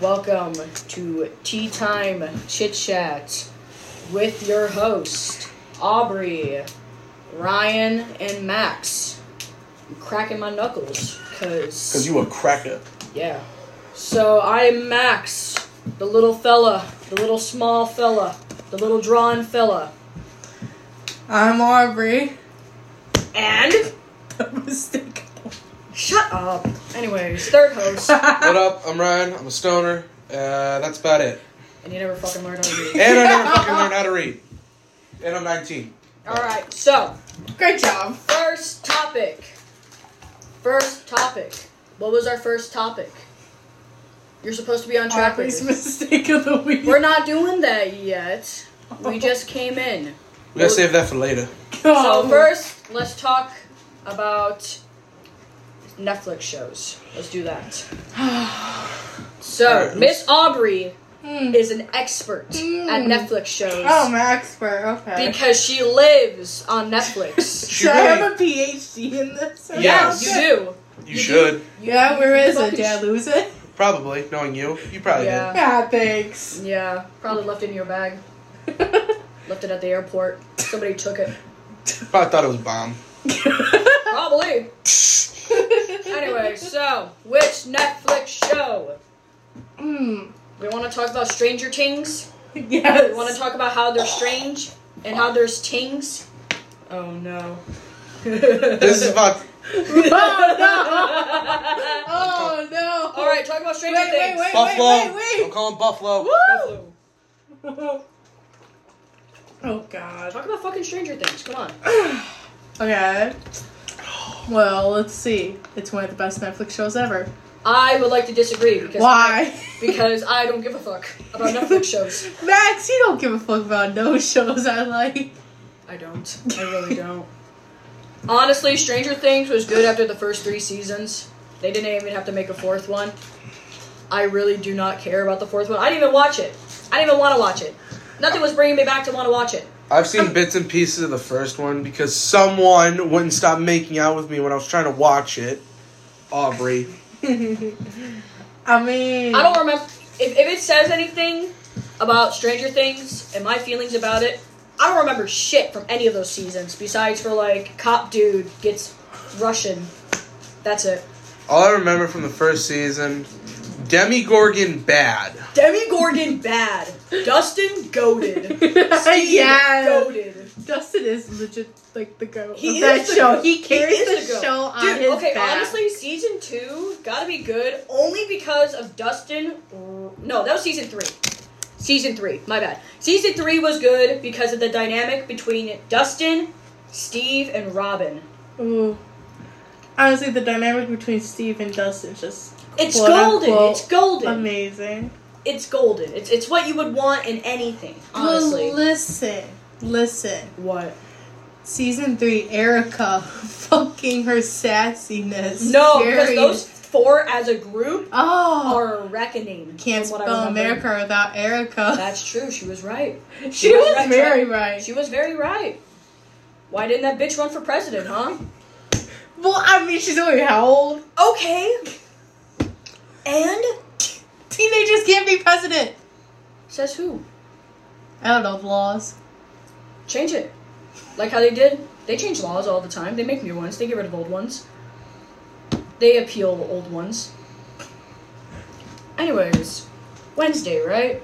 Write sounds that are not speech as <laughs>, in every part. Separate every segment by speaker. Speaker 1: Welcome to Tea Time Chit Chat with your host, Aubrey, Ryan, and Max. I'm cracking my knuckles, cause,
Speaker 2: Because you a cracker.
Speaker 1: yeah. So I'm Max, the little fella, the little small fella, the little drawn fella,
Speaker 3: I'm Aubrey. <laughs>
Speaker 1: and
Speaker 3: Mistake.
Speaker 1: shut up. Anyways, third host,
Speaker 4: What up? I'm Ryan. I'm a stoner. Uh, that's about it.
Speaker 1: and you never fucking learned how to read.
Speaker 4: And I never fucking learned how to read. And I'm 19.
Speaker 1: All right, so.
Speaker 3: Great job.
Speaker 1: First topic. First topic. What was our first topic? You're supposed to be on track with
Speaker 3: Aubrey's
Speaker 1: this.
Speaker 3: mistake of the week.
Speaker 1: We're not doing that yet. We just came in.
Speaker 4: We gotta save that for later.
Speaker 1: So
Speaker 3: <laughs> Oh,
Speaker 1: first, let's talk about Netflix shows. Let's do that. So
Speaker 4: Alright.
Speaker 1: Miss Aubrey
Speaker 3: Mm.
Speaker 1: is an expert at
Speaker 3: Mm.
Speaker 1: Netflix shows
Speaker 3: Oh, I'm an expert. Okay.
Speaker 1: because she lives on
Speaker 3: <laughs>
Speaker 1: Netflix.
Speaker 4: She
Speaker 3: Should I
Speaker 4: really-
Speaker 3: have a PhD in this? Oh,
Speaker 1: yeah,
Speaker 4: Yes.
Speaker 1: you do.
Speaker 4: You should.
Speaker 3: Yeah, where is it?
Speaker 1: Fucking
Speaker 3: Did I
Speaker 1: sh-
Speaker 3: lose it?
Speaker 4: Probably. Knowing you. You probably
Speaker 1: Yeah.
Speaker 3: Yeah, thanks. <laughs>
Speaker 1: Yeah, probably left it in your bag. Left it at the airport. Somebody took it.
Speaker 4: did. Probably thought it was bomb.
Speaker 1: Probably. Anyway, so which Netflix show?
Speaker 3: Mm.
Speaker 1: We want to talk about Stranger Things.
Speaker 3: Yes.
Speaker 1: We
Speaker 3: <laughs>
Speaker 1: want to talk about how they're strange and how there's tings. Oh no. <laughs>
Speaker 4: This is about.
Speaker 1: All
Speaker 3: Oh no.
Speaker 1: right, talk about Stranger
Speaker 3: Wait, wait,
Speaker 1: Things.
Speaker 3: wait,
Speaker 4: Buffalo.
Speaker 3: wait, wait,
Speaker 4: I'm calling Buffalo.
Speaker 1: Buffalo.
Speaker 3: wait. <laughs> Oh god.
Speaker 1: Talk about fucking Stranger Things. Come on.
Speaker 3: Okay. Well, let's see. It's one of the best Netflix shows ever.
Speaker 1: I would like to disagree because
Speaker 3: Why?
Speaker 1: because I don't give a fuck about Netflix shows.
Speaker 3: <laughs> Max, you don't give a fuck about no <laughs> shows I like.
Speaker 1: I don't. I really don't. Honestly, Stranger Things was good after the first three seasons. They didn't even have to make a fourth one. I really do not care about the fourth one. I didn't even watch it. I didn't even want to watch it. Nothing was bringing me back to want to watch it.
Speaker 4: I've seen bits and pieces of the first one because someone wouldn't stop making out with me when I was trying to watch it. Aubrey.
Speaker 3: I mean, <laughs>
Speaker 1: I don't remember. If, if it says anything about Stranger Things and my feelings about it, I don't remember shit from any of those seasons besides for like cop dude gets Russian. That's it.
Speaker 4: All I remember from the first season Demi Gorgon bad.
Speaker 1: Demi Gorgon bad. Dustin goaded.
Speaker 3: <laughs>
Speaker 1: Steve
Speaker 3: yeah.
Speaker 1: goaded.
Speaker 3: Dustin is legit like the goat
Speaker 1: He
Speaker 3: of
Speaker 1: is
Speaker 3: that
Speaker 1: the
Speaker 3: show.
Speaker 1: goat.
Speaker 3: He carries
Speaker 1: is
Speaker 3: the
Speaker 1: goat.
Speaker 3: show on
Speaker 1: Dude,
Speaker 3: Uh, his
Speaker 1: okay,
Speaker 3: back.
Speaker 1: honestly, season two gotta be good only because of Dustin. No, that was season three. Season three, my bad. Season three was good because of the dynamic between Dustin, Steve, and Robin.
Speaker 3: Ooh. honestly, the dynamic between Steve and Dustin is just
Speaker 1: It's
Speaker 3: Quote,
Speaker 1: golden.
Speaker 3: unquote,
Speaker 1: It's golden.
Speaker 3: amazing.
Speaker 1: It's golden. It's it's what you would want in anything, honestly.
Speaker 3: Well, listen, listen.
Speaker 1: what?
Speaker 3: Season three, Erica, <laughs> fucking her sassiness.
Speaker 1: No, because
Speaker 3: carries-
Speaker 1: those four as a group
Speaker 3: Oh,
Speaker 1: are a reckoning.
Speaker 3: can't
Speaker 1: from what I
Speaker 3: spell
Speaker 1: remember.
Speaker 3: America without Erica. <laughs>
Speaker 1: That's true. She was right.
Speaker 3: she
Speaker 1: was
Speaker 3: was
Speaker 1: right,
Speaker 3: very right.
Speaker 1: She was very right. Why didn't that bitch run for president, huh?
Speaker 3: Well, I mean, she's only how old?
Speaker 1: Okay. And
Speaker 3: Teenagers can't be president.
Speaker 1: says who?
Speaker 3: I don't know the <laughs> laws.
Speaker 1: Change it. Like how they did. They change laws all the time. They make new ones. They get rid of old ones. They appeal old ones. Anyways, Wednesday, right?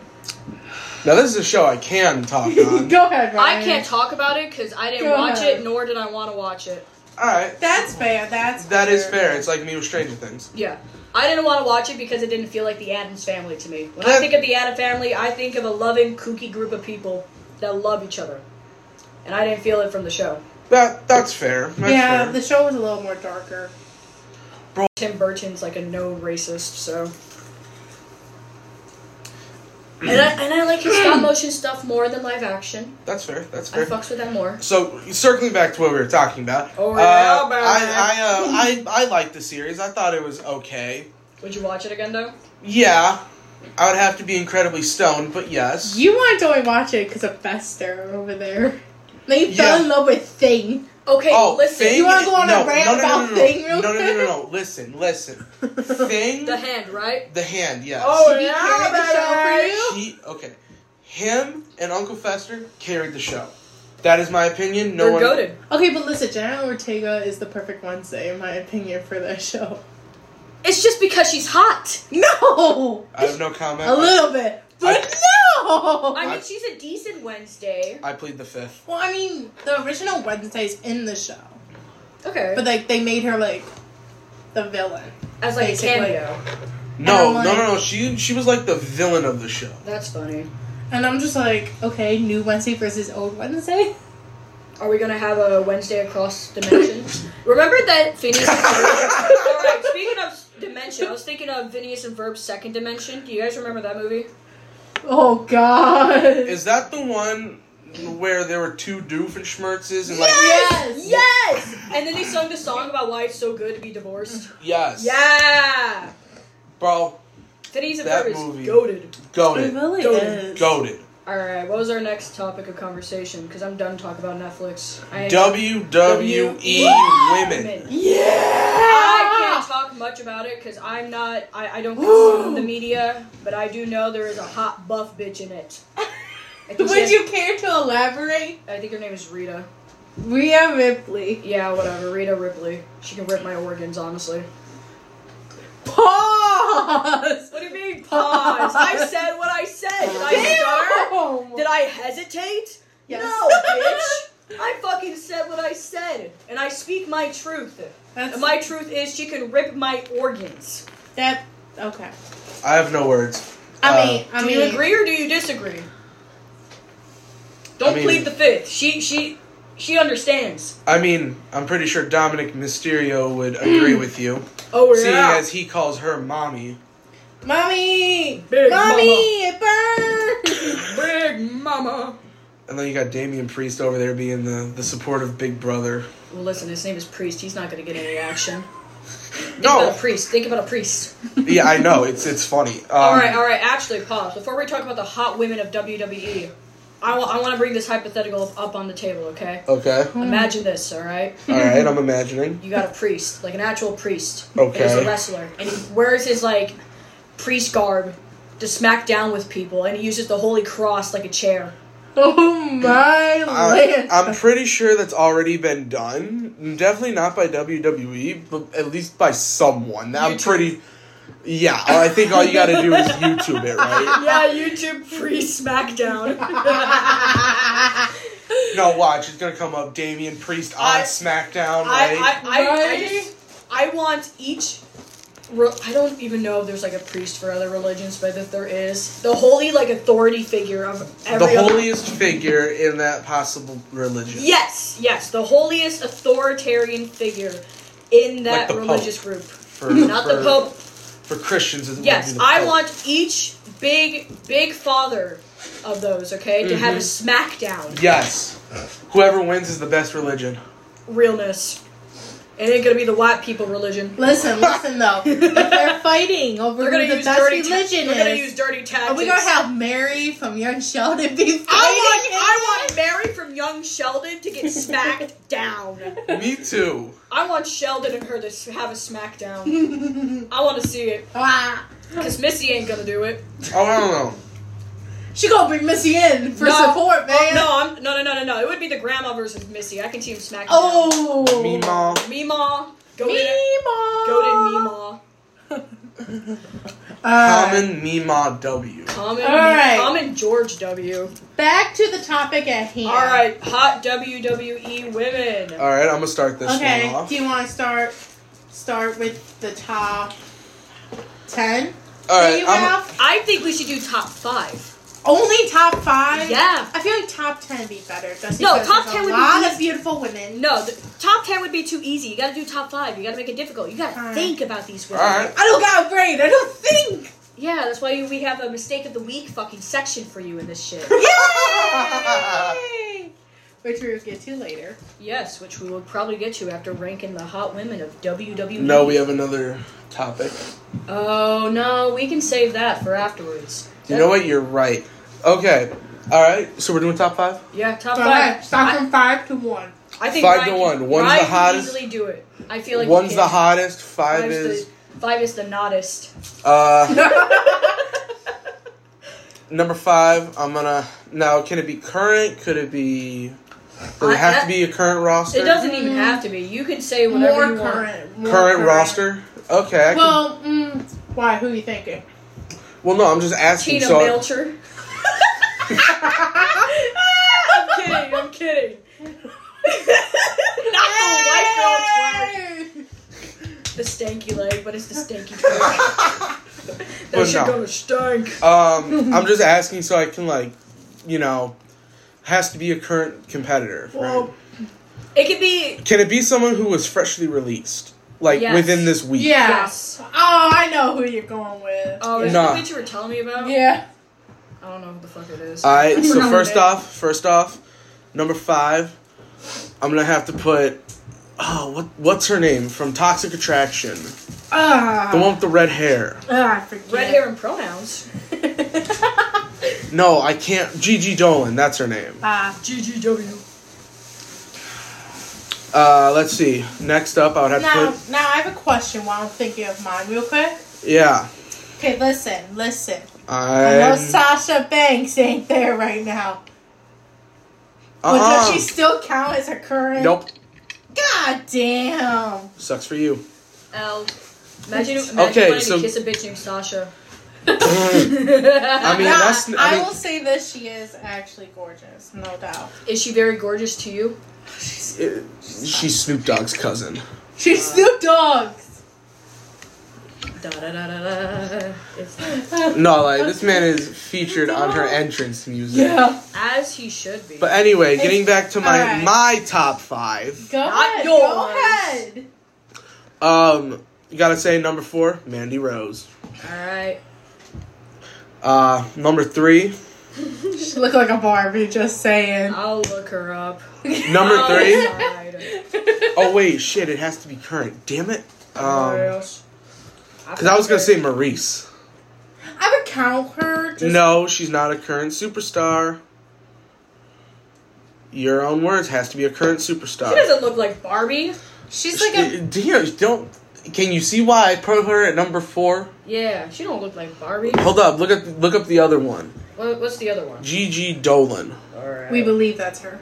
Speaker 4: Now this is a show I can
Speaker 3: <laughs>
Speaker 4: talk on.
Speaker 3: Go ahead, Ryan.
Speaker 1: I can't talk about it because I didn't
Speaker 3: Go
Speaker 1: watch
Speaker 3: ahead.
Speaker 1: it, nor did I want to watch it.
Speaker 4: All right,
Speaker 3: That's fair. That's
Speaker 4: that is fair. It's like me with Stranger Things.
Speaker 1: Yeah. I didn't want to watch it because it didn't feel like the Adams family to me. When I
Speaker 4: That-
Speaker 1: think of the Adams family, I think of a loving, kooky group of people that love each other. And I didn't feel it from the show.
Speaker 4: That that's fair. That's
Speaker 3: yeah,
Speaker 4: fair.
Speaker 3: the show was a little more darker.
Speaker 1: Tim Burton's like a no racist, so. And I, and I like his stop motion stuff more than live action.
Speaker 4: that's fair. That's
Speaker 1: I
Speaker 4: fair.
Speaker 1: fucks with that more.
Speaker 4: So circling back to what we were talking about.
Speaker 1: Oh,
Speaker 4: uh,
Speaker 1: yeah, man.
Speaker 4: I I uh, I I liked the series. I thought it was okay.
Speaker 1: Would you watch it again though?
Speaker 4: Yeah, I would have to be incredibly stoned, but yes.
Speaker 3: You wanted to only watch it because of Fester over there. They
Speaker 4: Yeah.
Speaker 3: fell in love with Thing. <laughs>
Speaker 1: Okay,
Speaker 4: oh,
Speaker 1: listen.
Speaker 4: Thing?
Speaker 3: You wanna go on a
Speaker 4: no,
Speaker 3: rant
Speaker 4: no, no, no,
Speaker 3: about
Speaker 4: no, no,
Speaker 3: Thing
Speaker 4: no,
Speaker 3: real
Speaker 4: no, no, no, no,
Speaker 3: quick?
Speaker 4: no. Listen, listen.
Speaker 1: <laughs>
Speaker 4: Thing,
Speaker 1: The hand, right?
Speaker 4: the hand, yes.
Speaker 1: Oh,
Speaker 3: Did he
Speaker 1: yeah,
Speaker 3: carry the
Speaker 1: baby.
Speaker 3: show for you?
Speaker 4: He, okay. Him and Uncle Fester carried the show. That is my opinion. No
Speaker 1: They're
Speaker 4: one.
Speaker 1: goaded.
Speaker 3: Okay, but listen, Jenna Ortega is the perfect Wednesday, in my opinion, for
Speaker 1: <laughs>
Speaker 3: that show.
Speaker 1: It's just because she's hot.
Speaker 3: No!
Speaker 4: I have no comment.
Speaker 3: A little bit. But no!
Speaker 1: I mean, she's a decent Wednesday.
Speaker 4: I plead the fifth.
Speaker 3: well, I mean, the original Wednesday's in the show.
Speaker 1: Okay.
Speaker 3: But, like, they made her, like, the villain.
Speaker 1: As like a
Speaker 3: basically.
Speaker 1: cameo.
Speaker 4: No,
Speaker 3: I'm
Speaker 4: no,
Speaker 3: like-
Speaker 4: no, no. She she was like the villain of the show.
Speaker 1: That's funny.
Speaker 3: And I'm just like, okay, new Wednesday versus old Wednesday? <laughs>
Speaker 1: Are we gonna have a Wednesday across dimensions? <laughs> Remember that Phineas. and <laughs> Ferb- All right. Speaking of dimension, I was thinking of Phineas and Verb's second dimension. Do you guys remember that movie?
Speaker 3: Oh, God.
Speaker 4: Is that the one where there were two doofenshmirtzes and like
Speaker 3: Yes!
Speaker 1: Yes. And then they sung the song about why it's so good to be <laughs> divorced.
Speaker 4: yes,
Speaker 1: Yeah.
Speaker 4: bro,
Speaker 1: Phineas and
Speaker 4: That
Speaker 1: Ferb is
Speaker 4: movie.
Speaker 1: goaded.
Speaker 3: it
Speaker 4: goaded,
Speaker 3: really
Speaker 1: Goated.
Speaker 3: is.
Speaker 4: goaded.
Speaker 1: All right. What was our next topic of conversation? Because I'm done talking about Netflix. I ain't-
Speaker 4: WWE E
Speaker 1: I
Speaker 4: women.
Speaker 3: Yeah!
Speaker 1: can't talk much about it because I'm not. I, I don't
Speaker 4: <gasps>
Speaker 1: consume the media, but I do know there is a hot buff bitch in it. I think,
Speaker 3: <laughs> Would
Speaker 1: she-
Speaker 3: you care to elaborate?
Speaker 1: I think her name is Rita.
Speaker 3: Rhea Ripley.
Speaker 1: Yeah, whatever. Rita Ripley. She can rip my organs, honestly.
Speaker 3: Pause!
Speaker 1: What do you mean pause? I said what I said. Did I stutter? Did I hesitate?
Speaker 3: Yes.
Speaker 1: No, bitch. I fucking said what I said, and I speak my truth.
Speaker 3: That's
Speaker 1: And my truth is she can rip my organs.
Speaker 3: that. Okay.
Speaker 4: I have no words.
Speaker 3: I
Speaker 4: Uh,
Speaker 3: mean, I
Speaker 1: do
Speaker 3: mean,
Speaker 1: you agree or do you disagree? Don't
Speaker 4: I mean-
Speaker 1: plead the fifth. She she she understands.
Speaker 4: I mean, I'm pretty sure Dominic Mysterio would agree with you,
Speaker 1: Oh
Speaker 4: seeing
Speaker 1: yeah.
Speaker 4: as he calls her mommy.
Speaker 3: mommy,
Speaker 1: Big
Speaker 3: mommy, it
Speaker 1: <laughs>
Speaker 3: burns.
Speaker 1: Big mama.
Speaker 4: And then you got Damian Priest over there being the the supportive big brother.
Speaker 1: Well, listen. His name is Priest. He's not gonna get any action. Think
Speaker 4: No,
Speaker 1: about a priest. Think about a priest.
Speaker 4: yeah, I know. It's it's funny. Um,
Speaker 1: all right, all right. Actually, pause. Before we talk about the hot women of WWE, I want to bring this hypothetical up on the table. Okay.
Speaker 4: Okay.
Speaker 1: Imagine this. All right.
Speaker 4: All right. I'm imagining.
Speaker 1: You got a priest, like an actual priest.
Speaker 4: Okay.
Speaker 1: He's a wrestler, and he wears his like priest garb to smack down with people, and he uses the holy cross like a chair.
Speaker 3: Oh my
Speaker 4: I, <laughs>
Speaker 3: land.
Speaker 4: I'm pretty sure that's already been done. Definitely not by WWE, but at least by someone. I'm
Speaker 1: YouTube.
Speaker 4: pretty. Yeah, I think all you got to do is YouTube
Speaker 1: <laughs>
Speaker 4: it, right?
Speaker 1: <laughs> Yeah, YouTube priest <laughs> SmackDown.
Speaker 4: No, watch. It's gonna come up. Damian Priest on
Speaker 1: I-
Speaker 4: SmackDown,
Speaker 1: I, I,
Speaker 4: right?
Speaker 1: I, I
Speaker 3: Right?
Speaker 1: just, I want each. re- I don't even know if there's like a priest for other religions, but if there is, the holy like authority figure of
Speaker 4: the
Speaker 1: every other-
Speaker 4: holiest figure in that possible religion.
Speaker 1: Yes, yes, the holiest authoritarian figure in that
Speaker 4: the Pope.
Speaker 1: religious group.
Speaker 4: For,
Speaker 1: Not the
Speaker 4: for-
Speaker 1: Pope.
Speaker 4: For Christians, it would
Speaker 1: Yes,
Speaker 4: be the
Speaker 1: I
Speaker 4: Pope.
Speaker 1: want each big, big father of those, okay, to have a
Speaker 4: Mm-hmm.
Speaker 1: smackdown.
Speaker 4: Yes, whoever wins is the best religion.
Speaker 1: Realness. It ain't gonna be the white people religion.
Speaker 3: listen, listen though. If they're fighting over
Speaker 1: We're gonna
Speaker 3: who the
Speaker 1: use
Speaker 3: best
Speaker 1: dirty. ta-
Speaker 3: religion
Speaker 1: we're gonna
Speaker 3: is,
Speaker 1: use dirty tactics.
Speaker 3: are we gonna have Mary from Young Sheldon be fighting?
Speaker 1: I want. I want Mary from Young Sheldon to get smacked <laughs> down.
Speaker 4: Me too.
Speaker 1: I want Sheldon and her to s- have a smackdown. I want to see it,
Speaker 3: Ah,
Speaker 1: cause Missy ain't gonna do it.
Speaker 4: Oh, I don't know.
Speaker 3: she gonna bring Missy in for
Speaker 1: No. Oh,
Speaker 3: support, man.
Speaker 1: No, I'm no, no, no, no, no. It would be the grandma versus Missy. I can team smackdown.
Speaker 3: Oh,
Speaker 4: Meemaw.
Speaker 1: Meemaw, go to
Speaker 3: Meemaw.
Speaker 1: go to Meemaw.
Speaker 3: Alright.
Speaker 4: Common Meemaw W.
Speaker 1: Common,
Speaker 3: All right.
Speaker 1: common George W.
Speaker 3: Back to the topic at hand.
Speaker 1: All right, hot WWE women.
Speaker 4: All right, I'm gonna start this
Speaker 3: Okay.
Speaker 4: one off.
Speaker 3: Do you want to start start with the top ten?
Speaker 4: All right,
Speaker 3: you
Speaker 4: I'm,
Speaker 3: have
Speaker 1: I think we should do top five.
Speaker 3: only top five.
Speaker 1: Yeah.
Speaker 3: I feel like top ten would be better. Just
Speaker 1: No,
Speaker 3: because
Speaker 1: top
Speaker 3: there's
Speaker 1: 10
Speaker 3: a
Speaker 1: would be
Speaker 3: lot
Speaker 1: easy.
Speaker 3: of beautiful women.
Speaker 1: No, the top ten would be too easy. You got to do top five. You got to make it difficult. You got to
Speaker 3: All right.
Speaker 1: think about these
Speaker 4: all
Speaker 1: women.
Speaker 4: right.
Speaker 3: I don't got a brain. I
Speaker 4: <laughs>
Speaker 3: don't think.
Speaker 1: Yeah, that's why we have a mistake of the week fucking section for you in this shit.
Speaker 4: <laughs>
Speaker 3: Yay! Which we will get to later.
Speaker 1: yes, which we will probably get to after ranking the hot women of WWE.
Speaker 4: No, we have another topic.
Speaker 1: Oh no, we can save that for afterwards.
Speaker 4: You know what? You're right. Okay. All right. So we're doing top five.
Speaker 1: Yeah, top
Speaker 3: All right.
Speaker 1: five. <laughs>
Speaker 3: Start from five to one.
Speaker 1: I think
Speaker 4: Five
Speaker 1: Ryan
Speaker 4: to
Speaker 1: can-
Speaker 4: one. One's
Speaker 1: Ryan
Speaker 4: the
Speaker 1: can
Speaker 4: hottest.
Speaker 1: Easily do it. I feel like
Speaker 4: One's
Speaker 1: he
Speaker 4: the
Speaker 1: can.
Speaker 4: hottest. Five
Speaker 1: Five's
Speaker 4: is
Speaker 1: the, five is the noddest. <laughs>
Speaker 4: uh number five. I'm gonna now. Can it be current? Could it be? Does
Speaker 1: I-
Speaker 4: it have
Speaker 1: I-
Speaker 4: to be a current roster?
Speaker 1: It doesn't even have to be. You can say whatever
Speaker 3: More
Speaker 1: you want.
Speaker 3: current. more
Speaker 4: Current roster. Okay. I can- well,
Speaker 3: Well, mm, why? Who are you thinking?
Speaker 4: no. I'm just asking.
Speaker 1: Tina
Speaker 4: so
Speaker 1: Milcher. I'm kidding. I'm kidding. Not the Oh, white girl twerk. The stanky leg, but it's the stanky twerk.
Speaker 4: <laughs>
Speaker 1: <laughs> That
Speaker 4: But
Speaker 1: shit
Speaker 4: no.
Speaker 1: gonna stink.
Speaker 3: <laughs>
Speaker 4: Um, I'm just asking so I can like, you know, has to be a current competitor. Right?
Speaker 3: Well,
Speaker 1: It could be.
Speaker 4: can it be someone who was freshly released, like
Speaker 1: Yes.
Speaker 4: within this week?
Speaker 3: yeah.
Speaker 1: Yes.
Speaker 3: Oh, I know who you're going with.
Speaker 1: Oh, is
Speaker 4: Nah.
Speaker 1: the bitch you were telling me about?
Speaker 3: yeah.
Speaker 1: I don't know who the fuck it is.
Speaker 4: All
Speaker 3: <laughs>
Speaker 4: right. So
Speaker 1: Number
Speaker 4: first
Speaker 1: eight.
Speaker 4: off, first off, number five, I'm gonna have to put. Oh, what what's her name from Toxic Attraction?
Speaker 3: Ah.
Speaker 4: The one with the red hair.
Speaker 3: Ah, I forget.
Speaker 1: Red hair and pronouns.
Speaker 4: No, I can't. Gigi Dolan, that's her name.
Speaker 3: <laughs> Ah.
Speaker 1: GGW.
Speaker 4: Uh, let's see. Next up, I would have
Speaker 3: Now,
Speaker 4: to put.
Speaker 3: now I have a question while I'm thinking of mine, real quick.
Speaker 4: Yeah,
Speaker 3: Okay, listen, listen. I know
Speaker 4: I.
Speaker 3: Sasha Banks ain't there right now. But does
Speaker 4: Uh-uh.
Speaker 3: she still count as a current?
Speaker 4: Nope.
Speaker 3: God damn.
Speaker 4: Sucks for you.
Speaker 1: L. Imagine, imagine
Speaker 4: Okay,
Speaker 1: wanting
Speaker 4: so-
Speaker 1: to kiss a bitch named
Speaker 4: <laughs>
Speaker 1: Sasha.
Speaker 4: I mean,
Speaker 3: Nah,
Speaker 4: that's. I
Speaker 3: Ah, I
Speaker 4: mean,
Speaker 3: will say this: she is actually gorgeous, no doubt.
Speaker 1: is she very gorgeous to you?
Speaker 4: It- She's Snoop Dogg's cousin.
Speaker 3: She's
Speaker 4: Uh,
Speaker 3: Snoop Dogg's.
Speaker 1: Da da da da da. It's-
Speaker 4: No, like this man is featured on her entrance music.
Speaker 3: Yeah.
Speaker 1: As he should be.
Speaker 4: But anyway, getting back to my
Speaker 3: Alright.
Speaker 4: my top five.
Speaker 3: Go
Speaker 1: Not
Speaker 3: ahead.
Speaker 1: yours.
Speaker 3: Go ahead.
Speaker 4: Um, you gotta say number four, Mandy Rose.
Speaker 1: Alright.
Speaker 4: Uh, number three,
Speaker 3: She look like a Barbie. Just <laughs> saying.
Speaker 1: I'll look her up.
Speaker 4: number three.
Speaker 1: Outside.
Speaker 4: <laughs> Oh wait, shit! It has to be current. Damn it. Um,
Speaker 1: Yes.
Speaker 4: because I was gonna say Maurice.
Speaker 3: I would count her. Just
Speaker 4: No, she's not a current superstar. Your own words has to be a current superstar.
Speaker 1: She doesn't look like Barbie.
Speaker 3: She's like a.
Speaker 4: Damn, don't. Can you see why I put her at number four?
Speaker 1: Yeah, she don't look like Barbie.
Speaker 4: Hold up, look at look up the other one.
Speaker 1: What, what's the other one?
Speaker 4: Gigi Dolan.
Speaker 1: Alright.
Speaker 3: We believe that's her.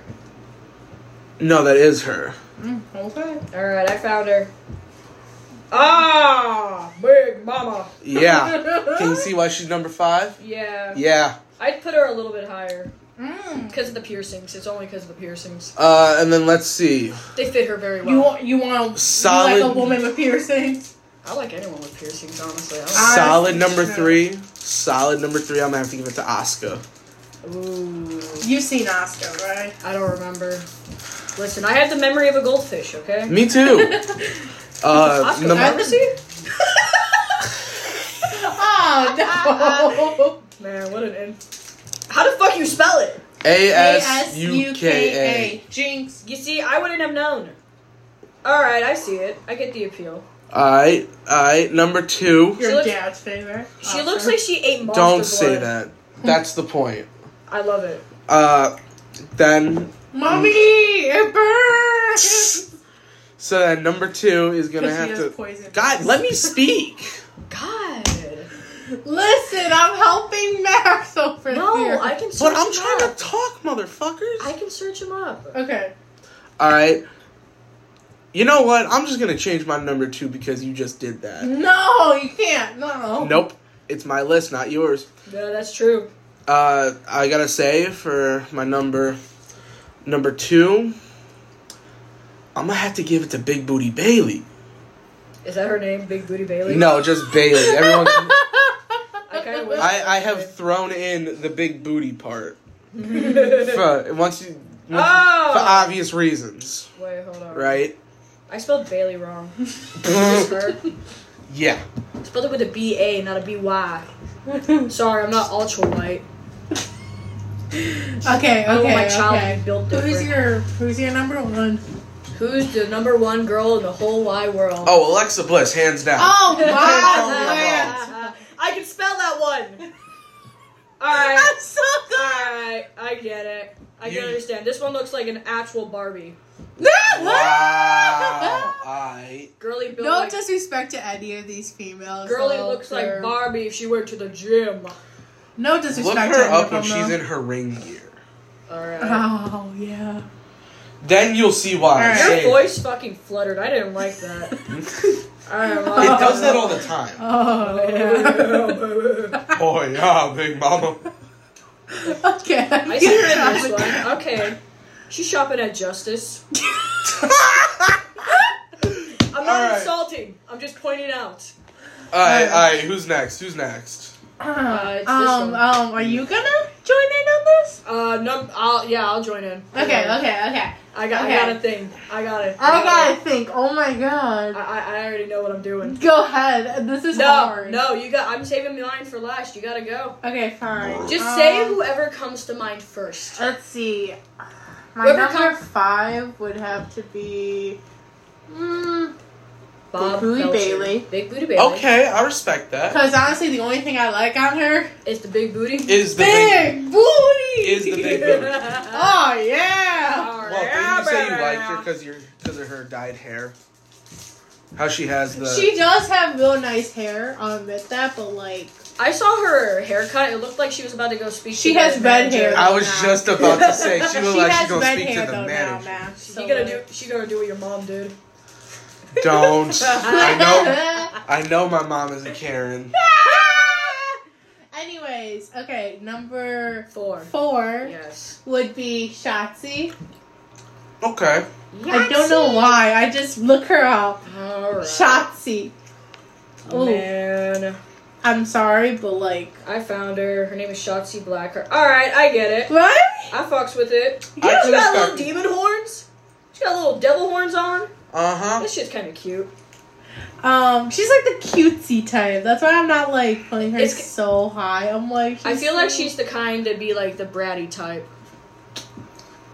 Speaker 4: No, that is her.
Speaker 3: Mm, okay.
Speaker 1: Alright, I found her. Ah! Big Mama.
Speaker 4: Yeah. Can you see why she's number five?
Speaker 1: <laughs> Yeah.
Speaker 4: Yeah.
Speaker 1: I'd put her a little bit higher.
Speaker 3: Mm.
Speaker 1: Because of the piercings. It's only because of the piercings.
Speaker 4: Uh, and then let's see.
Speaker 1: They fit her very well.
Speaker 3: You want you want
Speaker 4: Solid-
Speaker 3: you like a woman with piercings.
Speaker 1: I like anyone with piercings, honestly. I
Speaker 3: Ah.
Speaker 4: Solid
Speaker 3: Honestly,
Speaker 4: number
Speaker 3: no.
Speaker 4: three. Solid number three. I'm gonna have to give it to Asuka.
Speaker 1: don't... Ooh.
Speaker 3: You've seen Oscar, right? <laughs>
Speaker 1: I don't remember. Listen, I have the memory of a goldfish, okay?
Speaker 4: Me
Speaker 3: <laughs>
Speaker 4: too. Uh,
Speaker 1: Oscar
Speaker 4: number,
Speaker 1: Morrissey?
Speaker 3: Oh no.
Speaker 1: <laughs> Man, what an in. How the fuck you spell it?
Speaker 4: A-S-U-K-A.
Speaker 3: Jinx.
Speaker 1: You see, I wouldn't have known. Alright, I see it. I get the appeal.
Speaker 4: Alright, alright. Number two.
Speaker 3: Your
Speaker 1: looks-
Speaker 3: dad's favorite.
Speaker 1: She looks like she ate monster
Speaker 4: Don't say
Speaker 1: blood.
Speaker 4: that. That's the point.
Speaker 1: I love it.
Speaker 4: Uh, then
Speaker 3: Mommy, it burns.
Speaker 4: <laughs> so then number two is gonna
Speaker 3: 'Cause she
Speaker 4: have
Speaker 3: has
Speaker 4: to.
Speaker 3: poison.
Speaker 4: God, let me speak.
Speaker 3: <laughs>
Speaker 1: God.
Speaker 3: Listen, I'm helping Max over here.
Speaker 1: No, I can search
Speaker 4: But I'm
Speaker 1: him
Speaker 4: trying
Speaker 1: up.
Speaker 4: to talk, motherfuckers.
Speaker 1: I can search him up.
Speaker 3: Okay.
Speaker 4: All right. You know what? I'm just gonna change my number two because you just did that.
Speaker 3: No, you can't. No.
Speaker 4: Nope, it's my list, not yours.
Speaker 1: Yeah, that's true.
Speaker 4: Uh, I gotta say for my number, number two, I'm gonna have to give it to Big Booty Bailey.
Speaker 1: Is that her name? Big Booty Bailey?
Speaker 4: No, just Bailey.
Speaker 3: <laughs>
Speaker 4: Everyone,
Speaker 1: I kinda wish-
Speaker 4: I, I
Speaker 1: <laughs>
Speaker 4: have thrown in the big booty part for once you once-
Speaker 1: Oh!
Speaker 4: for obvious reasons,
Speaker 1: Wait, hold on.
Speaker 3: <laughs>
Speaker 4: right?
Speaker 1: I spelled Bailey
Speaker 4: <laughs>
Speaker 1: wrong. Is this her?
Speaker 4: yeah.
Speaker 1: Spelled it with a B A, not a B
Speaker 3: <laughs>
Speaker 1: Y. Sorry, I'm not ultra white.
Speaker 3: okay.
Speaker 1: I want
Speaker 3: Okay.
Speaker 1: my child to
Speaker 3: okay.
Speaker 1: be built different.
Speaker 3: Who's your Who's your number one?
Speaker 1: Who's the number one girl in the whole wide world?
Speaker 4: Oh, Alexa Bliss, hands down.
Speaker 1: <laughs>
Speaker 3: Oh
Speaker 4: tell me
Speaker 3: my
Speaker 4: I'm
Speaker 3: God.
Speaker 1: Ah, I can spell that one. All right,
Speaker 3: I'm so
Speaker 1: all right, I get it. I can
Speaker 4: You-
Speaker 1: understand. This one looks like an actual Barbie.
Speaker 3: No. <laughs>
Speaker 4: Wow. I.
Speaker 1: Girly built
Speaker 3: No
Speaker 1: like,
Speaker 3: disrespect to any of these females.
Speaker 1: girly
Speaker 3: though,
Speaker 1: looks
Speaker 3: for-
Speaker 1: like Barbie if she went to the gym.
Speaker 3: No
Speaker 4: Look
Speaker 3: disrespect to
Speaker 4: her
Speaker 3: any
Speaker 4: up
Speaker 3: of
Speaker 4: when
Speaker 3: them,
Speaker 4: she's
Speaker 3: though.
Speaker 4: in her ring gear.
Speaker 1: Alright.
Speaker 3: <laughs> Oh yeah.
Speaker 4: Then you'll see why. I
Speaker 3: Alright.
Speaker 1: Your
Speaker 4: say it.
Speaker 1: voice fucking fluttered. I didn't like
Speaker 4: <laughs>
Speaker 1: that. I didn't like
Speaker 4: It does
Speaker 1: <laughs>
Speaker 4: that all the
Speaker 3: <laughs>
Speaker 4: time.
Speaker 3: Oh yeah. <laughs>
Speaker 4: Oh yeah, Big <laughs> Mama.
Speaker 3: okay.
Speaker 1: I see her in
Speaker 3: <laughs>
Speaker 1: this one. Okay. She's shopping at Justice. I'm not
Speaker 4: Alright.
Speaker 1: insulting. I'm just pointing out.
Speaker 4: All right, all right. Who's next? Who's next?
Speaker 1: Uh, it's this
Speaker 3: um,
Speaker 1: one.
Speaker 3: um, are you gonna join in on this?
Speaker 1: Uh, num- I'll, yeah, I'll join in.
Speaker 3: Okay, okay, okay.
Speaker 1: I got,
Speaker 3: Okay.
Speaker 1: I got a thing. I got it.
Speaker 3: I
Speaker 1: got
Speaker 3: gotta think. Oh my god.
Speaker 1: I, I- I already know what I'm doing.
Speaker 3: Go ahead. This is
Speaker 1: Uh, No,
Speaker 3: hard.
Speaker 1: no, you got. I'm saving mine for last. You gotta go.
Speaker 3: Okay, fine.
Speaker 1: Just
Speaker 3: Um,
Speaker 1: say whoever comes to mind first.
Speaker 3: Let's see. My
Speaker 1: Whoever
Speaker 3: number five would have to be. Mm,
Speaker 1: Bob
Speaker 3: Booty
Speaker 1: Belcher.
Speaker 3: Bailey.
Speaker 1: Big booty Bailey.
Speaker 4: Okay, I respect that.
Speaker 3: Cause honestly, the only thing I like on her
Speaker 1: It's the big booty.
Speaker 4: Is the big?
Speaker 3: big booty.
Speaker 4: Is the
Speaker 1: <laughs>
Speaker 4: big booty?
Speaker 3: Oh yeah.
Speaker 4: Well, didn't you say you liked her because you're because of her dyed hair? How she has the.
Speaker 3: She does have real nice hair. I'll admit that, but like,
Speaker 1: I saw her haircut. It looked like she was about to go speak.
Speaker 3: She
Speaker 1: to the
Speaker 3: has red
Speaker 1: manager.
Speaker 3: hair.
Speaker 4: I was just about to say
Speaker 3: <laughs>
Speaker 4: she looked like she's
Speaker 3: has
Speaker 4: gonna
Speaker 3: red
Speaker 4: speak
Speaker 3: hair
Speaker 4: to the
Speaker 3: though now,
Speaker 4: manager.
Speaker 3: Max.
Speaker 1: She
Speaker 3: so,
Speaker 1: gonna
Speaker 3: like-
Speaker 1: do. She gonna do what your mom did.
Speaker 4: Don't.
Speaker 3: <laughs>
Speaker 4: I know. I know my mom is a Karen.
Speaker 3: Anyways, okay, number
Speaker 1: Four.
Speaker 3: four
Speaker 1: Yes.
Speaker 3: would be Shotzi.
Speaker 4: Okay.
Speaker 3: I don't know why. I just look her up.
Speaker 1: All right.
Speaker 3: Shotzi. Oh,
Speaker 1: Man,
Speaker 3: I'm sorry, but like,
Speaker 1: I found her. Her name is Shotzi Blacker. All right, I get it.
Speaker 3: what?
Speaker 1: I fucks with it.
Speaker 3: You
Speaker 4: I
Speaker 3: know
Speaker 4: can
Speaker 1: She got
Speaker 4: respect
Speaker 1: little
Speaker 4: it.
Speaker 1: demon horns. She got little devil horns on.
Speaker 4: Uh huh.
Speaker 1: This shit's kind of cute.
Speaker 3: Um, she's like the cutesy type. That's why I'm not like putting her
Speaker 1: It's-
Speaker 3: so high. I'm like,
Speaker 1: I feel like she's the kind to be like the bratty type.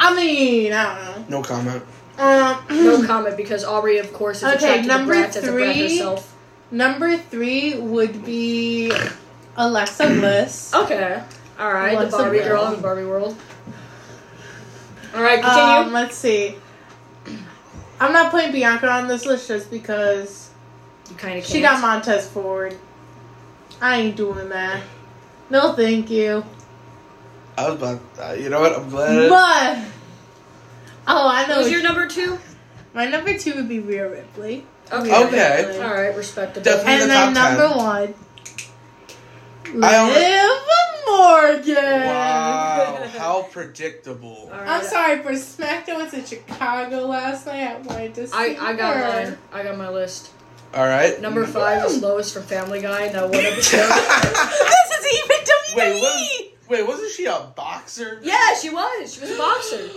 Speaker 3: I mean, I don't know.
Speaker 4: No comment.
Speaker 3: Um, <clears throat>
Speaker 1: No comment because Aubrey, of course, is
Speaker 3: Okay,
Speaker 1: attracted to
Speaker 3: number
Speaker 1: brats as a brat
Speaker 3: three.
Speaker 1: herself.
Speaker 3: number three would be
Speaker 1: <clears throat>
Speaker 3: Alexa
Speaker 1: Oh,
Speaker 3: Bliss.
Speaker 1: Okay, all right,
Speaker 3: Alexa
Speaker 1: the Barbie
Speaker 3: Bliss.
Speaker 1: girl in the Barbie world. All right,
Speaker 3: Um,
Speaker 1: continue.
Speaker 3: let's see. I'm not putting Bianca on this list just because
Speaker 1: you kind of
Speaker 3: she got Montez Ford. I ain't doing that. No, thank you.
Speaker 4: I was about. Uh, you know what? I'm glad.
Speaker 3: But oh, I know
Speaker 1: Who's
Speaker 3: what
Speaker 1: your
Speaker 3: you-
Speaker 1: number two?
Speaker 3: my number two would be Rhea Ripley.
Speaker 1: Okay.
Speaker 3: Rhea
Speaker 4: Okay.
Speaker 3: Ripley.
Speaker 1: All right, respectable.
Speaker 4: Definitely.
Speaker 3: And
Speaker 4: the
Speaker 3: then
Speaker 4: top
Speaker 3: number
Speaker 4: ten.
Speaker 3: one,
Speaker 4: I only-
Speaker 3: Liv Morgan.
Speaker 4: Wow. How predictable.
Speaker 1: All right.
Speaker 3: I'm sorry, for SmackDown was in Chicago last night. I wanted to see
Speaker 1: I, I got
Speaker 3: her.
Speaker 1: mine. I got my list.
Speaker 4: All right. <laughs>
Speaker 1: Number five is Lois from Family Guy. Now what episode?
Speaker 3: <laughs> this is even WWE.
Speaker 4: Wait,
Speaker 3: <laughs>
Speaker 4: what- Wait, wasn't she a boxer? <laughs>
Speaker 1: yeah, she was. She was a
Speaker 3: <gasps>
Speaker 1: boxer.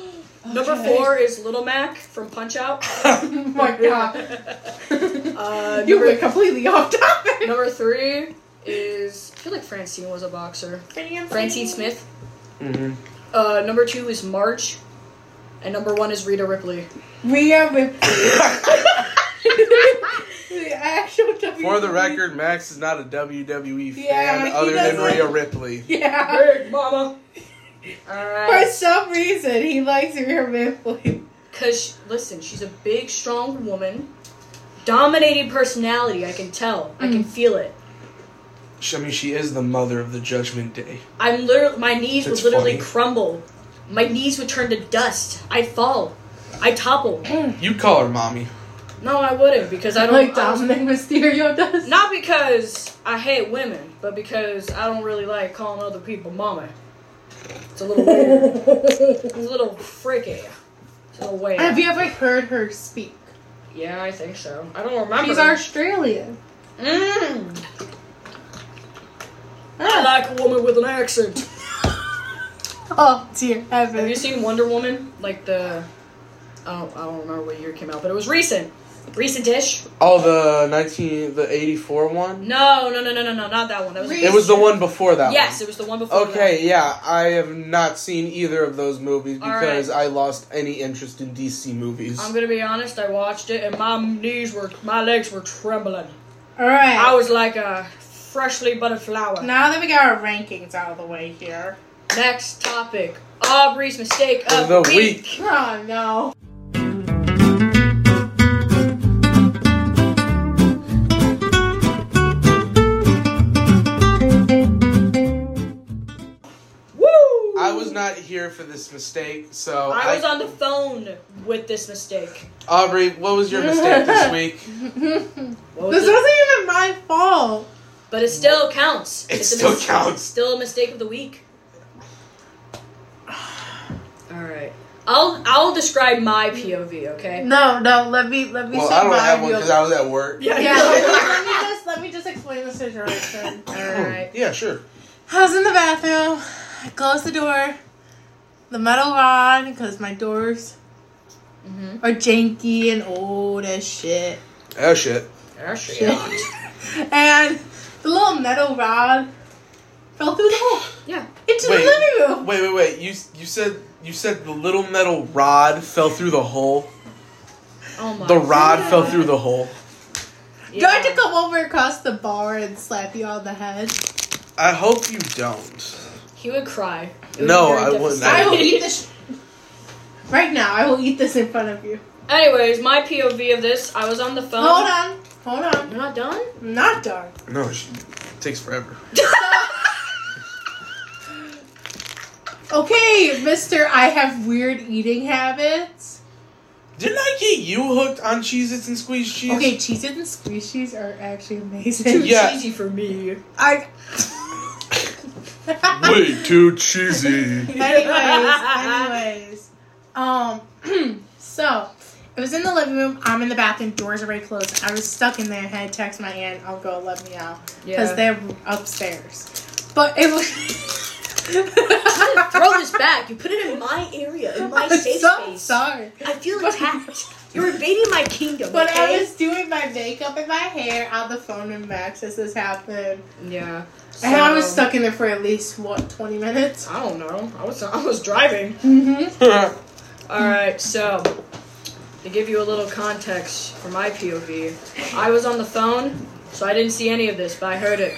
Speaker 1: Number
Speaker 3: Okay.
Speaker 1: four is Little Mac from Punch Out.
Speaker 3: <laughs> oh my god.
Speaker 1: <laughs> Uh,
Speaker 3: you
Speaker 1: number-
Speaker 3: went completely off topic.
Speaker 1: Number three is I feel like Francine was a boxer. Francine Smith.
Speaker 4: Mm-hmm.
Speaker 1: Uh, number two is Marge, and number one is Rita
Speaker 3: <laughs>
Speaker 1: Ripley.
Speaker 3: Rhea Ripley. the actual WWE.
Speaker 4: For the record, Max is not a WWE fan
Speaker 3: Yeah, he
Speaker 4: other than
Speaker 3: doesn't.
Speaker 4: Rhea Ripley.
Speaker 3: Yeah.
Speaker 1: Big Mama. All
Speaker 3: For
Speaker 1: right.
Speaker 3: some reason, he likes Rhea Ripley.
Speaker 1: Cause listen, she's a big, strong woman, dominating personality. I can tell. I
Speaker 3: Mm.
Speaker 1: can feel it.
Speaker 4: She- I mean, she is the mother of the Judgment Day.
Speaker 1: I'm literally my knees
Speaker 4: That's
Speaker 1: would literally
Speaker 4: funny.
Speaker 1: crumble. My knees would turn to dust. I'd fall. I would topple.
Speaker 4: You call her mommy.
Speaker 1: No, I wouldn't because I don't
Speaker 3: Like
Speaker 1: I was-
Speaker 3: Dominic Mysterio does.
Speaker 1: Not because I hate women, but because I don't really like calling other people mama. It's a little weird. it's a little freaky. It's a little weird.
Speaker 3: Have you ever heard her speak?
Speaker 1: yeah, I think so. I don't remember.
Speaker 3: She's Australian.
Speaker 1: Mm. I like a woman with an accent.
Speaker 3: Oh dear
Speaker 1: Have you
Speaker 3: heaven.
Speaker 1: seen Wonder Woman? Like the, I don't, I don't remember what year it came out, but it was recent, recent-ish.
Speaker 4: Oh, the nineteen, the eighty-four one.
Speaker 1: No, no, no, no, no, no, not that one. That was
Speaker 3: Re-
Speaker 4: It was the one before that.
Speaker 1: yes, it was the one before.
Speaker 4: One. Okay, yeah, I have not seen either of those movies
Speaker 1: All right.
Speaker 4: because I lost any interest in DC movies.
Speaker 1: that. I'm gonna be honest. I watched it, and my knees were, my legs were trembling.
Speaker 3: Alright.
Speaker 1: I was like a freshly buttered flower.
Speaker 3: Now that we got our rankings out of the way here.
Speaker 1: Next topic: Aubrey's mistake of
Speaker 4: the
Speaker 1: the week.
Speaker 4: week.
Speaker 3: Oh no.
Speaker 4: not here for this mistake, so
Speaker 1: I was on the phone with this mistake.
Speaker 4: Aubrey, what was your
Speaker 1: <laughs>
Speaker 4: mistake this week?
Speaker 1: What was
Speaker 3: <laughs> This
Speaker 1: it?
Speaker 3: wasn't even my fault.
Speaker 1: But it still counts.
Speaker 4: It
Speaker 1: It's a
Speaker 4: still
Speaker 1: mis-
Speaker 4: counts.
Speaker 1: It's still a mistake of the week. All right. I'll I'll describe my POV. Okay.
Speaker 3: No, no. Let me let me.
Speaker 4: Well,
Speaker 3: say
Speaker 4: I don't
Speaker 3: my
Speaker 4: have one
Speaker 3: real-
Speaker 4: because I was at work. <clears throat>
Speaker 1: Yeah.
Speaker 3: <laughs> Yeah. let, me, let me just let me just explain the situation. All right.
Speaker 4: Yeah, sure.
Speaker 3: I was in the bathroom. I closed the door. The metal rod, because my doors
Speaker 1: Mm-hmm.
Speaker 3: are janky and old as shit.
Speaker 4: Oh shit.
Speaker 3: <laughs> and the little metal rod fell through the hole
Speaker 1: Yeah.
Speaker 3: into
Speaker 4: Wait.
Speaker 3: the living room.
Speaker 4: Wait, wait, wait. You you said you said the little metal rod fell through the hole.
Speaker 1: Oh my.
Speaker 4: The rod fell through the hole.
Speaker 3: Do I
Speaker 1: Yeah.
Speaker 3: have to come over across the bar and slap you on the head?
Speaker 4: I hope you don't.
Speaker 1: He would cry. It would
Speaker 4: No,
Speaker 1: be very
Speaker 4: I wouldn't.
Speaker 1: devastating.
Speaker 3: I will eat
Speaker 1: <laughs>
Speaker 3: this. Right now, I will eat this in front of you.
Speaker 1: Anyways, my POV of this, I was on the phone.
Speaker 3: Hold on. Hold on.
Speaker 1: You're not done?
Speaker 3: I'm not dark.
Speaker 4: No, she, it takes forever.
Speaker 3: Okay, mister, I have weird eating habits.
Speaker 4: Didn't I get you hooked on Cheez-Its and squeeze cheese?
Speaker 3: Okay, Cheez Its and Squishies are
Speaker 1: <laughs>
Speaker 3: actually
Speaker 1: Too
Speaker 3: amazing.
Speaker 4: Yeah.
Speaker 1: cheesy for me.
Speaker 3: I.
Speaker 4: <laughs>
Speaker 3: <laughs>
Speaker 4: Way too <laughs> cheesy.
Speaker 3: anyways, anyways. Um, <clears throat> so it was in the living room. I'm in the bathroom. Doors are already closed. I was stuck in there. I had to text my aunt, I'll go let me out. Because
Speaker 1: Yeah.
Speaker 3: they're upstairs. But it was.
Speaker 1: Throw this
Speaker 3: <laughs>
Speaker 1: back. You put it in my area, in <laughs> my
Speaker 3: I'm
Speaker 1: safe
Speaker 3: so
Speaker 1: space.
Speaker 3: sorry.
Speaker 1: I feel attacked. You're invading my kingdom.
Speaker 3: But I
Speaker 1: okay?
Speaker 3: was doing my makeup and my hair on the phone with Max as this happened.
Speaker 1: Yeah.
Speaker 3: And I was
Speaker 1: So-
Speaker 3: stuck in there for at least, what, 20 minutes?
Speaker 1: I don't know. I was I was driving.
Speaker 3: Mm hmm.
Speaker 1: All right, so to give you a little context for my POV, I was on the phone, so I didn't see any of this, but I heard it.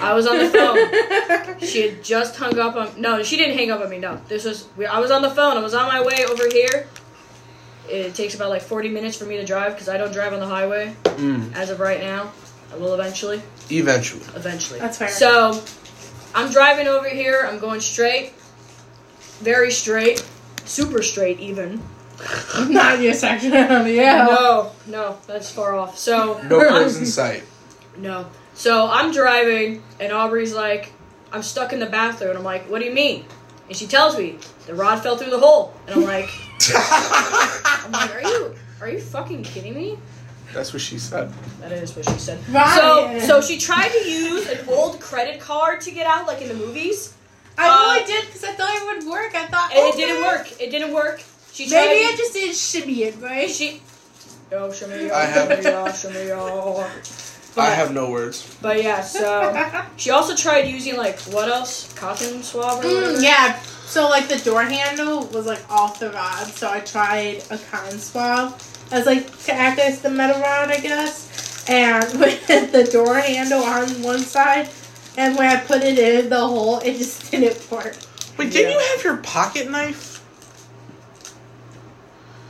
Speaker 1: I was on the
Speaker 3: <laughs>
Speaker 1: phone. She had just hung up on. No, she didn't hang up on me. No, this was. We, I was on the phone. I was on my way over here. It takes about like 40 minutes for me to drive because I don't drive on the highway
Speaker 4: Mm,
Speaker 1: as of right now. I will eventually.
Speaker 4: eventually.
Speaker 1: Eventually.
Speaker 3: That's fair.
Speaker 1: So, I'm driving over here. I'm going straight. Very straight. Super straight, even.
Speaker 3: Not your sexuality, <laughs> yeah.
Speaker 1: No, no, that's far off. So, <clears throat>
Speaker 4: No cars in
Speaker 3: <laughs>
Speaker 4: sight.
Speaker 1: no. So, I'm driving, and Aubrey's like, I'm stuck in the bathroom. And I'm like, what do you mean? And she tells me, the rod fell through the hole. And I'm like, I'm like, are you, are you fucking kidding me?
Speaker 4: That's what she said.
Speaker 1: That is what she said.
Speaker 3: Ryan.
Speaker 1: So, so she tried to use an old credit card to get out, like in the movies.
Speaker 3: I
Speaker 1: Uh,
Speaker 3: really did because I thought it would work. I thought
Speaker 1: And it
Speaker 3: okay.
Speaker 1: didn't work. It didn't work. She tried.
Speaker 3: Maybe I just did shimmy it, right?
Speaker 1: she. Yo, shimmy, yo,
Speaker 4: I have-
Speaker 1: shimmy, yo, shimmy, yo.
Speaker 4: I have no words.
Speaker 1: But yeah, so she also tried using like what else? Cotton swab or whatever.
Speaker 3: <laughs> Mm, yeah. So like the door handle was like off the rod, so I tried a cotton swab as like to act as the metal rod, I guess. And <laughs> with the door handle on one side, and when I put it in the hole, it just <laughs> didn't work.
Speaker 4: Wait, didn't
Speaker 1: Yeah.
Speaker 4: you have your pocket knife?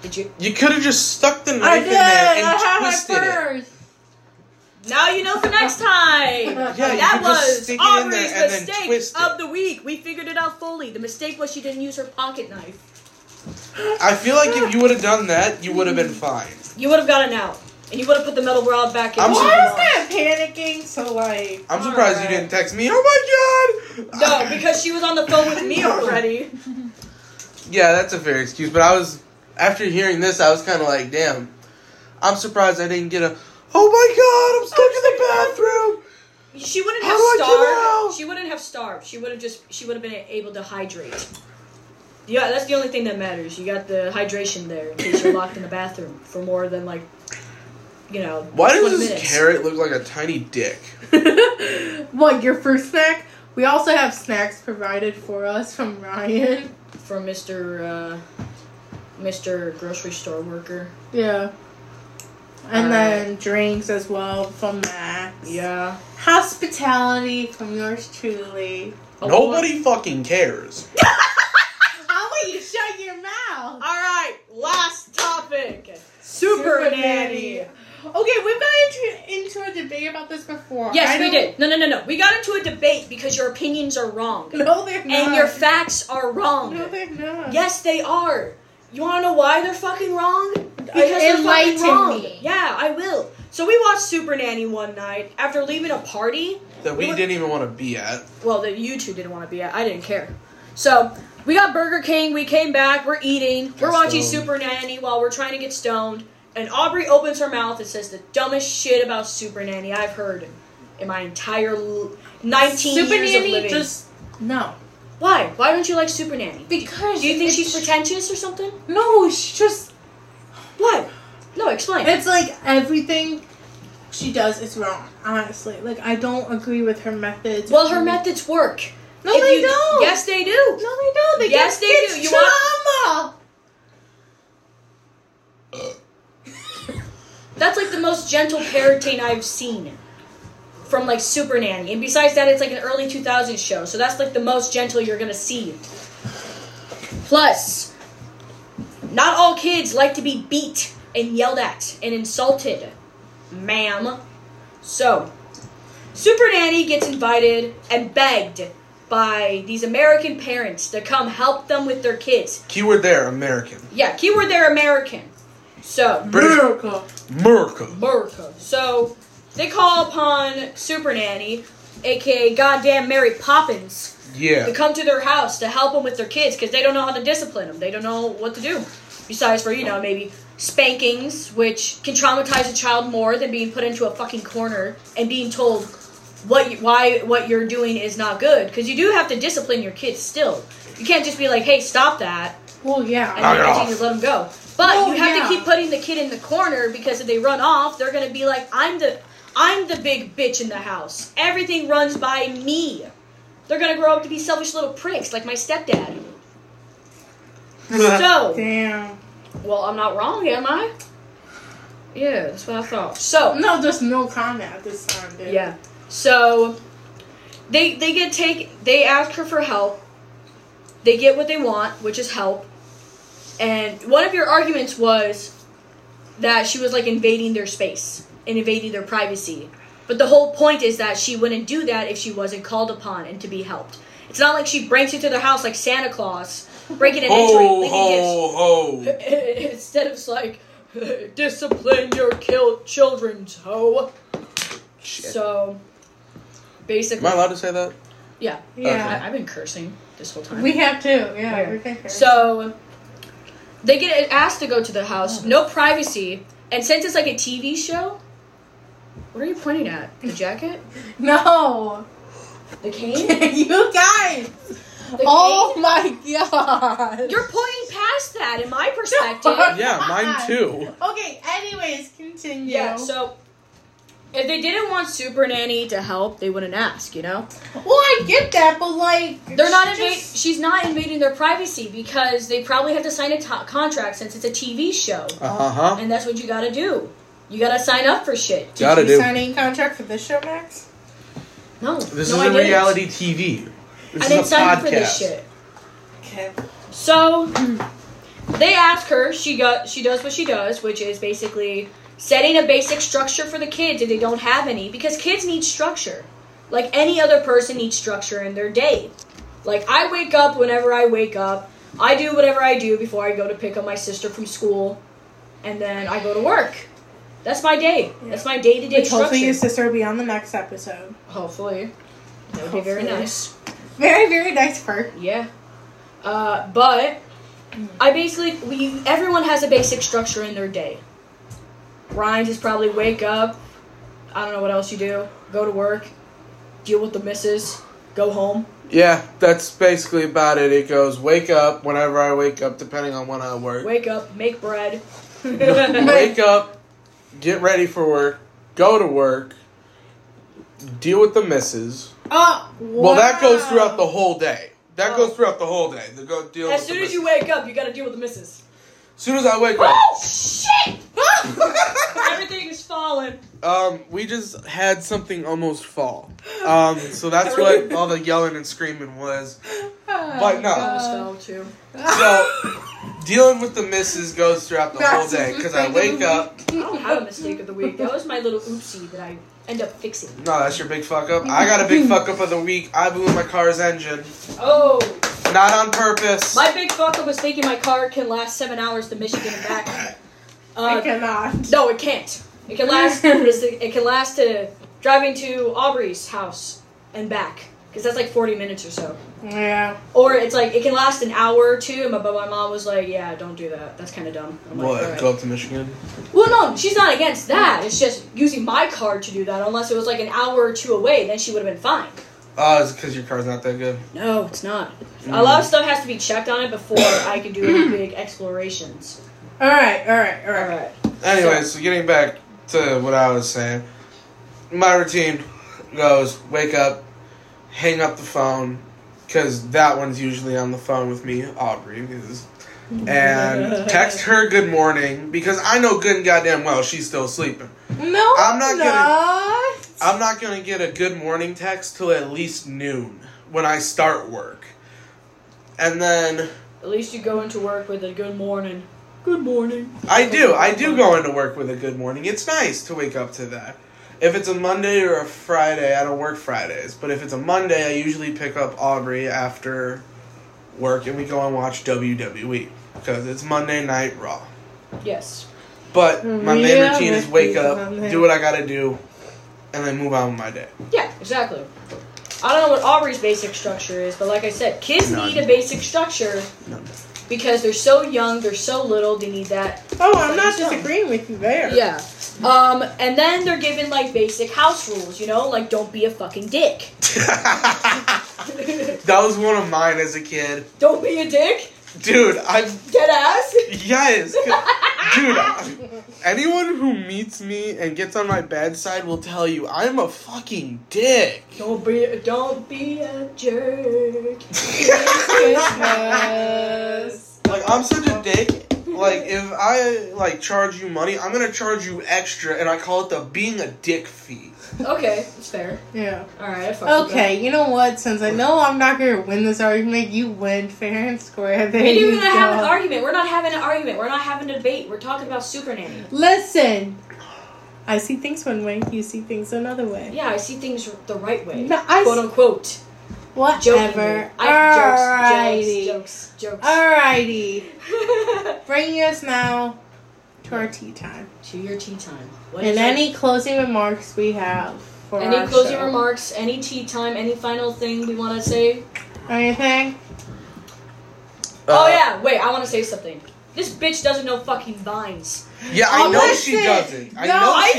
Speaker 1: Did you?
Speaker 4: You could have just stuck the
Speaker 3: I
Speaker 4: knife
Speaker 3: did.
Speaker 4: in there and
Speaker 3: I had my
Speaker 4: twisted it.
Speaker 3: first.
Speaker 1: Now you know for next
Speaker 3: <laughs>
Speaker 1: time.
Speaker 4: Yeah, you
Speaker 1: that
Speaker 4: could just
Speaker 1: was
Speaker 4: stick it in
Speaker 1: Aubrey's
Speaker 4: there and then
Speaker 1: mistake
Speaker 4: twist it.
Speaker 1: of the week. We figured it out fully. The mistake was she didn't use her pocket knife.
Speaker 4: I feel like if you would have done that, you would have been fine.
Speaker 1: You would have gotten out, and you would have put the metal rod back in.
Speaker 4: I'm
Speaker 1: the
Speaker 4: so-
Speaker 3: Why was
Speaker 1: box.
Speaker 3: that panicking? So like.
Speaker 4: I'm surprised
Speaker 1: Alright.
Speaker 4: you didn't text me. Oh my god! <laughs>
Speaker 1: No, because she was on the phone with
Speaker 3: <laughs>
Speaker 1: me already.
Speaker 4: Yeah, that's a fair excuse, but I was. After hearing this, I was kind of like, damn. I'm surprised I didn't get a. Oh my god, I'm stuck in the bathroom!
Speaker 1: She wouldn't
Speaker 4: How
Speaker 1: have
Speaker 4: do I get out?
Speaker 1: starved. She wouldn't have starved. She would have just. She would have been able to hydrate. Yeah, that's the only thing that matters. You got the hydration there in case you're locked in the bathroom for more than like, you know,
Speaker 4: Why does
Speaker 1: 20
Speaker 4: this
Speaker 1: minutes.
Speaker 4: carrot look like a tiny dick?
Speaker 3: <laughs> what your first snack? We also have snacks provided for us from Ryan.
Speaker 1: from Mister uh, Mister grocery store worker?
Speaker 3: Yeah. And
Speaker 1: All
Speaker 3: then drinks as well from Max.
Speaker 1: Yeah.
Speaker 3: Hospitality from yours truly.
Speaker 4: Nobody fucking cares.
Speaker 3: How about you shut your mouth?
Speaker 1: All right. Last topic. Super,
Speaker 3: Super
Speaker 1: nanny.
Speaker 3: nanny. Okay, we've got into, into a debate about this before.
Speaker 1: Yes,
Speaker 3: I
Speaker 1: we
Speaker 3: don't-
Speaker 1: did. No, no, no, no. We got into a debate because your opinions are wrong
Speaker 3: No, they're not.
Speaker 1: and your facts are wrong.
Speaker 3: No, they're not.
Speaker 1: Yes, they are. You want to know why they're fucking wrong? Because they're fucking
Speaker 2: Enlighten
Speaker 1: wrong.
Speaker 2: me.
Speaker 1: Yeah, I will. So we watched Super Nanny one night after leaving a party.
Speaker 4: That we didn't even want to be at.
Speaker 1: Well, that you two didn't want to be at. I didn't care. So we got Burger King. We came back. We're eating. We're
Speaker 4: Got
Speaker 1: watching
Speaker 4: stoned.
Speaker 1: Super Nanny while we're trying to get stoned. And Aubrey opens her mouth and says the dumbest shit about Super Nanny I've heard in my entire l- 19
Speaker 3: Super
Speaker 1: years
Speaker 3: Nanny
Speaker 1: of living.
Speaker 3: just no.
Speaker 1: Why? Why don't you like Super Nanny?
Speaker 2: Because
Speaker 1: Do you think
Speaker 2: it's-
Speaker 1: she's pretentious or something?
Speaker 3: No, she just
Speaker 1: What? No, explain.
Speaker 3: it's like everything she does is wrong. Honestly, like I don't agree with her methods.
Speaker 1: Well, her methods work.
Speaker 3: No,
Speaker 1: If
Speaker 3: they
Speaker 1: you-
Speaker 3: don't.
Speaker 1: Yes, they do.
Speaker 3: No, they don't. They
Speaker 1: Yes,
Speaker 3: give
Speaker 1: they
Speaker 3: kids
Speaker 1: do. You
Speaker 3: trauma.
Speaker 1: want- That's like the most gentle parenting I've seen from like Super Nanny. And besides that, it's like an early 2000s show, so that's like the most gentle you're gonna see. Plus, not all kids like to be beat and yelled at and insulted, ma'am. So, Super Nanny gets invited and begged by these American parents to come help them with their kids.
Speaker 4: Keyword there, American.
Speaker 1: Yeah, keyword they're American. So,
Speaker 4: British
Speaker 3: Miracle.
Speaker 4: America.
Speaker 1: America. So they call upon Super Nanny, aka goddamn Mary Poppins, to
Speaker 4: Yeah.
Speaker 1: come to their house to help them with their kids because they don't know how to discipline them. They don't know what to do. Besides, for you know, maybe spankings, which can traumatize a child more than being put into a fucking corner and being told what you, why what you're doing is not good. Because you do have to discipline your kids still. You can't just be like, hey, stop that
Speaker 3: Well, yeah.
Speaker 1: and
Speaker 4: Knock
Speaker 1: then
Speaker 4: it
Speaker 1: continue
Speaker 4: off.
Speaker 1: to let them go. But
Speaker 3: Well,
Speaker 1: you have
Speaker 3: yeah.
Speaker 1: to keep putting the kid in the corner because if they run off, they're gonna be like, "I'm the, I'm the big bitch in the house. Everything runs by me." They're gonna grow up to be selfish little pricks like my stepdad.
Speaker 4: <laughs>
Speaker 1: So,
Speaker 3: Damn.
Speaker 1: well, I'm not wrong, am I? Yeah, that's what I thought. So,
Speaker 3: No, just no comment at this time, dude.
Speaker 1: yeah. So, they they get take they ask her for help. They get what they want, which is help. And one of your arguments was that she was like invading their space and invading their privacy. But the whole point is that she wouldn't do that if she wasn't called upon and to be helped. It's not like she breaks into their house like Santa Claus, breaking and entering,
Speaker 4: Ho,
Speaker 1: leaving gifts.
Speaker 4: ho,
Speaker 1: <laughs>
Speaker 4: ho.
Speaker 1: Instead of like, discipline your kill children's hoe.
Speaker 4: Shit.
Speaker 1: So, basically,
Speaker 4: Am I allowed to say that?
Speaker 1: yeah,
Speaker 3: Yeah.
Speaker 1: I, I've been cursing this whole time.
Speaker 3: We have to. Yeah.
Speaker 1: Yeah.
Speaker 3: We can hear.
Speaker 1: so, they get asked to go to the house, no privacy, and since it's like a TV show, what are you pointing at? The jacket?
Speaker 3: no. <laughs>
Speaker 1: The cane?
Speaker 3: you guys.
Speaker 1: The
Speaker 3: Oh
Speaker 1: cane?
Speaker 3: my god.
Speaker 1: You're pointing past that, in my perspective.
Speaker 4: <laughs> Yeah, mine too.
Speaker 3: Okay. Anyways, continue.
Speaker 1: yeah. So, if they didn't want Super Nanny to help, they wouldn't ask. You know.
Speaker 3: well, I get that, but like
Speaker 1: They're not
Speaker 3: she
Speaker 1: invading.
Speaker 3: just-
Speaker 1: She's not invading their privacy because they probably have to sign a to- contract since it's a TV show,
Speaker 4: Uh huh.
Speaker 1: and that's what you gotta do. You gotta sign up for shit.
Speaker 3: Did
Speaker 4: Gotta
Speaker 3: you
Speaker 4: do.
Speaker 3: sign any contract for this show, Max?
Speaker 1: No,
Speaker 4: This
Speaker 1: no, I
Speaker 4: isn't
Speaker 1: didn't.
Speaker 4: reality TV. This
Speaker 1: I didn't
Speaker 4: is a
Speaker 1: sign
Speaker 4: podcast.
Speaker 1: up for this shit.
Speaker 3: Okay.
Speaker 1: So they ask her. She got. She does what she does, which is basically setting a basic structure for the kids if they don't have any, because kids need structure, like any other person needs structure in their day. Like I wake up whenever I wake up. I do whatever I do before I go to pick up my sister from school, and then I go to work. That's my day. That's my day to day
Speaker 3: Which hopefully your
Speaker 1: structure.
Speaker 3: sister will be on the next episode.
Speaker 1: Hopefully, that would be very
Speaker 3: Hopefully.
Speaker 1: nice.
Speaker 3: Very, very nice perk.
Speaker 1: Yeah. Uh, but I basically we everyone has a basic structure in their day. Ryan's is probably wake up. I don't know what else you do. Go to work. Deal with the missus. Go home.
Speaker 4: Yeah, that's basically about it. It goes wake up whenever I wake up, depending on when I work.
Speaker 1: Wake up. Make bread.
Speaker 4: <laughs> wake up, get ready for work, go to work, deal with the misses.
Speaker 3: Oh,
Speaker 4: Well, that goes
Speaker 3: wow.
Speaker 4: throughout the whole day. That
Speaker 1: Oh.
Speaker 4: goes throughout the whole day. The go deal
Speaker 1: as
Speaker 4: with
Speaker 1: soon
Speaker 4: the
Speaker 1: as you
Speaker 4: misses.
Speaker 1: wake up, you gotta deal with the missus.
Speaker 4: As soon as I wake up.
Speaker 1: Oh shit! <laughs> Everything is falling.
Speaker 4: <laughs> Um, we just had something almost fall. Um, so that's what all the yelling and screaming was.
Speaker 3: Oh,
Speaker 4: <laughs> But no.
Speaker 1: I almost fell too.
Speaker 3: <laughs>
Speaker 4: So dealing with the misses goes throughout the whole
Speaker 3: That's
Speaker 4: day
Speaker 3: the
Speaker 4: because I
Speaker 3: mistake of
Speaker 4: wake
Speaker 3: the
Speaker 4: up.
Speaker 1: I don't have a mistake of the week. That was my little oopsie that I end up fixing.
Speaker 4: No, that's your big fuck up. I got a big fuck up of the week. I blew my car's engine,
Speaker 1: Oh,
Speaker 4: not on purpose.
Speaker 1: my big fuck up was thinking my car can last seven hours to Michigan and back.
Speaker 3: I
Speaker 1: Uh,
Speaker 3: cannot.
Speaker 1: no, it can't. It can <laughs> last. it can last to driving to Aubrey's house and back because that's like forty minutes or so.
Speaker 3: Yeah.
Speaker 1: Or it's like it can last an hour or two, and my, but my mom was like, "Yeah, don't do that. That's kind of dumb." I'm like,
Speaker 4: What?
Speaker 1: "All right."
Speaker 4: Go up to Michigan?
Speaker 1: Well, no, she's not against that. It's just using my card to do that. Unless it was like an hour or two away, then she would have been fine.
Speaker 4: Oh, it's because your car's not that good.
Speaker 1: No, it's not. A lot of stuff has to be checked on it before I can do any big explorations.
Speaker 3: All right. All right. All
Speaker 1: All
Speaker 3: right.
Speaker 1: right.
Speaker 4: Anyway, so Mm. getting back to what I was saying, my routine goes wake up, hang up the phone, because that one's usually on the phone with me, Aubrey is, and text her good morning because I know good and goddamn well she's still sleeping.
Speaker 3: No,
Speaker 4: I'm not gonna-
Speaker 3: not.
Speaker 4: I'm not gonna get a good morning text till at least noon when I start work, and then
Speaker 1: At least you go into work with a good morning. Good morning.
Speaker 4: I do. I do go into work with a good morning. It's nice to wake up to that. If it's a Monday or a Friday, I don't work Fridays. But if it's a Monday, I usually pick up Aubrey after work and we go and watch WWE because it's Monday Night Raw.
Speaker 1: Yes.
Speaker 4: But my main
Speaker 3: Mm, Yeah,
Speaker 4: routine is
Speaker 3: Mickey's
Speaker 4: wake up,
Speaker 3: Monday.
Speaker 4: do what I gotta do, and then move on with my day. <laughs>
Speaker 1: Yeah, exactly. I don't know what Aubrey's basic structure is, but like I said, kids
Speaker 4: None.
Speaker 1: need a basic structure
Speaker 4: None.
Speaker 1: because they're so young, they're so little, they need that
Speaker 3: Oh, I'm not disagreeing with you there.
Speaker 1: Yeah. Um, and then they're given like basic house rules, you know, like don't be a fucking dick. <laughs>
Speaker 4: that was one of mine as a kid.
Speaker 1: Don't be a dick.
Speaker 4: Dude, I'm
Speaker 1: Dead ass.
Speaker 4: Yes, 'cause- dude. I- Anyone who meets me and gets on my bad side will tell you I'm a fucking dick. <laughs>
Speaker 1: Don't be. Don't be a <laughs> jerk.
Speaker 3: Christmas.
Speaker 4: Like I'm such a dick. Like if I like charge you money, I'm gonna charge you extra, and I call it the being a dick fee.
Speaker 1: Okay, it's fair.
Speaker 3: Yeah.
Speaker 1: All right. I fucked with
Speaker 3: Okay, you know what? Since I know I'm not gonna win this argument, you win fair and square. <laughs> There
Speaker 1: that. We didn't
Speaker 3: you
Speaker 1: even have an
Speaker 3: go.
Speaker 1: argument. We're not having an argument. We're not having a debate. We're talking about Super Nanny.
Speaker 3: Listen, I see things one way, you see things another way.
Speaker 1: Yeah, I see things the right way.
Speaker 3: No, I
Speaker 1: quote
Speaker 3: s-
Speaker 1: unquote. Jokingly.
Speaker 3: Whatever.
Speaker 1: I
Speaker 3: Alrighty.
Speaker 1: jokes, jokes, jokes,
Speaker 3: Alrighty.
Speaker 1: jokes.
Speaker 3: Bringing us now to our tea time.
Speaker 1: <laughs> to your tea time. What
Speaker 3: And
Speaker 1: is your
Speaker 3: any closing remarks we have for
Speaker 1: Any
Speaker 3: our
Speaker 1: closing
Speaker 3: show.
Speaker 1: remarks? Any tea time? Any final thing we want to say?
Speaker 3: Anything?
Speaker 1: oh
Speaker 3: Oh,
Speaker 4: Uh,
Speaker 1: yeah, wait, I want to say something. This bitch doesn't know fucking vines.
Speaker 4: Yeah, I
Speaker 3: Oh,
Speaker 4: know she
Speaker 3: listen.
Speaker 4: doesn't. I
Speaker 3: No,
Speaker 4: know
Speaker 3: I
Speaker 4: she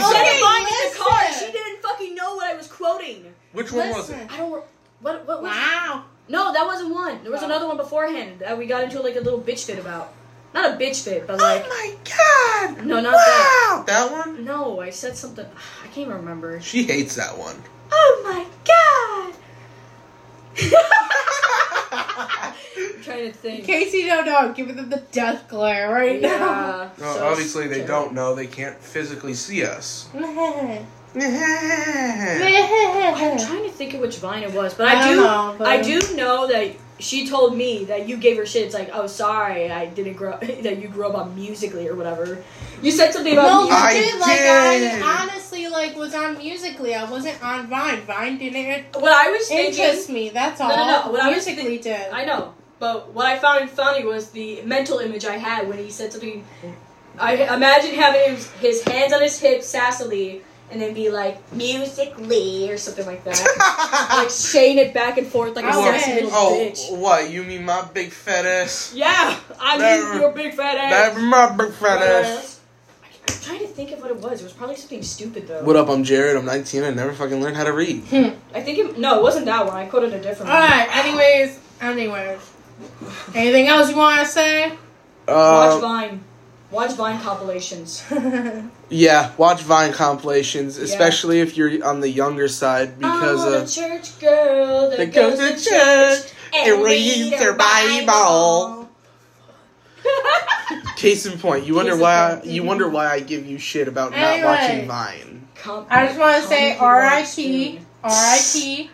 Speaker 4: doesn't.
Speaker 3: said it. listen.
Speaker 1: didn't fucking know what I was quoting.
Speaker 4: Which one was it?
Speaker 3: Listen.
Speaker 1: I don't. re- What? What was?
Speaker 3: Wow.
Speaker 1: No, that wasn't one. There was
Speaker 3: Oh.
Speaker 1: another one beforehand that we got into like a little bitch fit about. Not a bitch fit, but like.
Speaker 4: Oh my god!
Speaker 1: No, not
Speaker 4: wow.
Speaker 1: that.
Speaker 4: That one?
Speaker 1: No, I said something. <sighs> I can't remember.
Speaker 4: She hates that one. <laughs>
Speaker 1: Oh my god! <laughs> I'm trying to
Speaker 3: In
Speaker 1: think.
Speaker 3: case you don't know, I'm giving them the death glare right
Speaker 1: Yeah.
Speaker 4: Well,
Speaker 1: so
Speaker 4: obviously they
Speaker 1: stupid.
Speaker 4: don't know. They can't physically see
Speaker 1: <laughs>
Speaker 4: us.
Speaker 3: now.
Speaker 1: I'm trying to think of which vine it was, but I,
Speaker 3: <laughs> I
Speaker 1: do
Speaker 3: don't know, but-
Speaker 1: I do know that she told me that you gave her shit. It's like, oh, sorry, I didn't grow <laughs> that you grew up on musically or whatever. You said something
Speaker 3: No,
Speaker 1: about
Speaker 4: I
Speaker 1: music.
Speaker 3: legit, like
Speaker 4: did.
Speaker 3: I honestly like was on Musically. I wasn't on Vine. Vine didn't
Speaker 1: What I was thinking,
Speaker 3: interest me. That's all.
Speaker 1: no, no, no. What I was
Speaker 3: Musically did.
Speaker 1: I know, but what I found funny was the mental image I had when he said something. I imagine having his, his hands on his hips sassily, and then be like musically or something like
Speaker 4: <laughs>
Speaker 1: that, like shaying it back and forth like a
Speaker 3: I
Speaker 1: sassy
Speaker 3: wish.
Speaker 1: little
Speaker 4: Oh,
Speaker 1: bitch.
Speaker 4: what? You mean my big fat ass?
Speaker 1: Yeah, I
Speaker 4: That-
Speaker 1: mean your big fat ass.
Speaker 4: That's my big fat ass.
Speaker 1: I'm trying to think of what it was. It was probably something stupid though.
Speaker 4: What up? I'm Jared. I'm 19. I never fucking learned how to read.
Speaker 1: I think it, no, it wasn't that one. I quoted a different
Speaker 3: all
Speaker 4: Ah.
Speaker 3: right. Anyways, anyways. Anything else you want to say?
Speaker 1: <laughs> one. Watch
Speaker 4: Uh,
Speaker 1: Vine. Watch Vine compilations.
Speaker 4: yeah, watch Vine compilations,
Speaker 1: Yeah.
Speaker 4: especially if you're on the younger side, because
Speaker 1: I'm a
Speaker 4: of
Speaker 1: church girl that
Speaker 4: that goes to church and reads
Speaker 1: reads
Speaker 4: her Bible. Case in point, you wonder
Speaker 1: Case in
Speaker 4: why
Speaker 1: point.
Speaker 4: you wonder why I give you shit about not
Speaker 3: Anyway.
Speaker 4: watching Vine.
Speaker 1: Com-
Speaker 3: I just want to say
Speaker 1: compilations.
Speaker 3: R.I.P. R.I.P.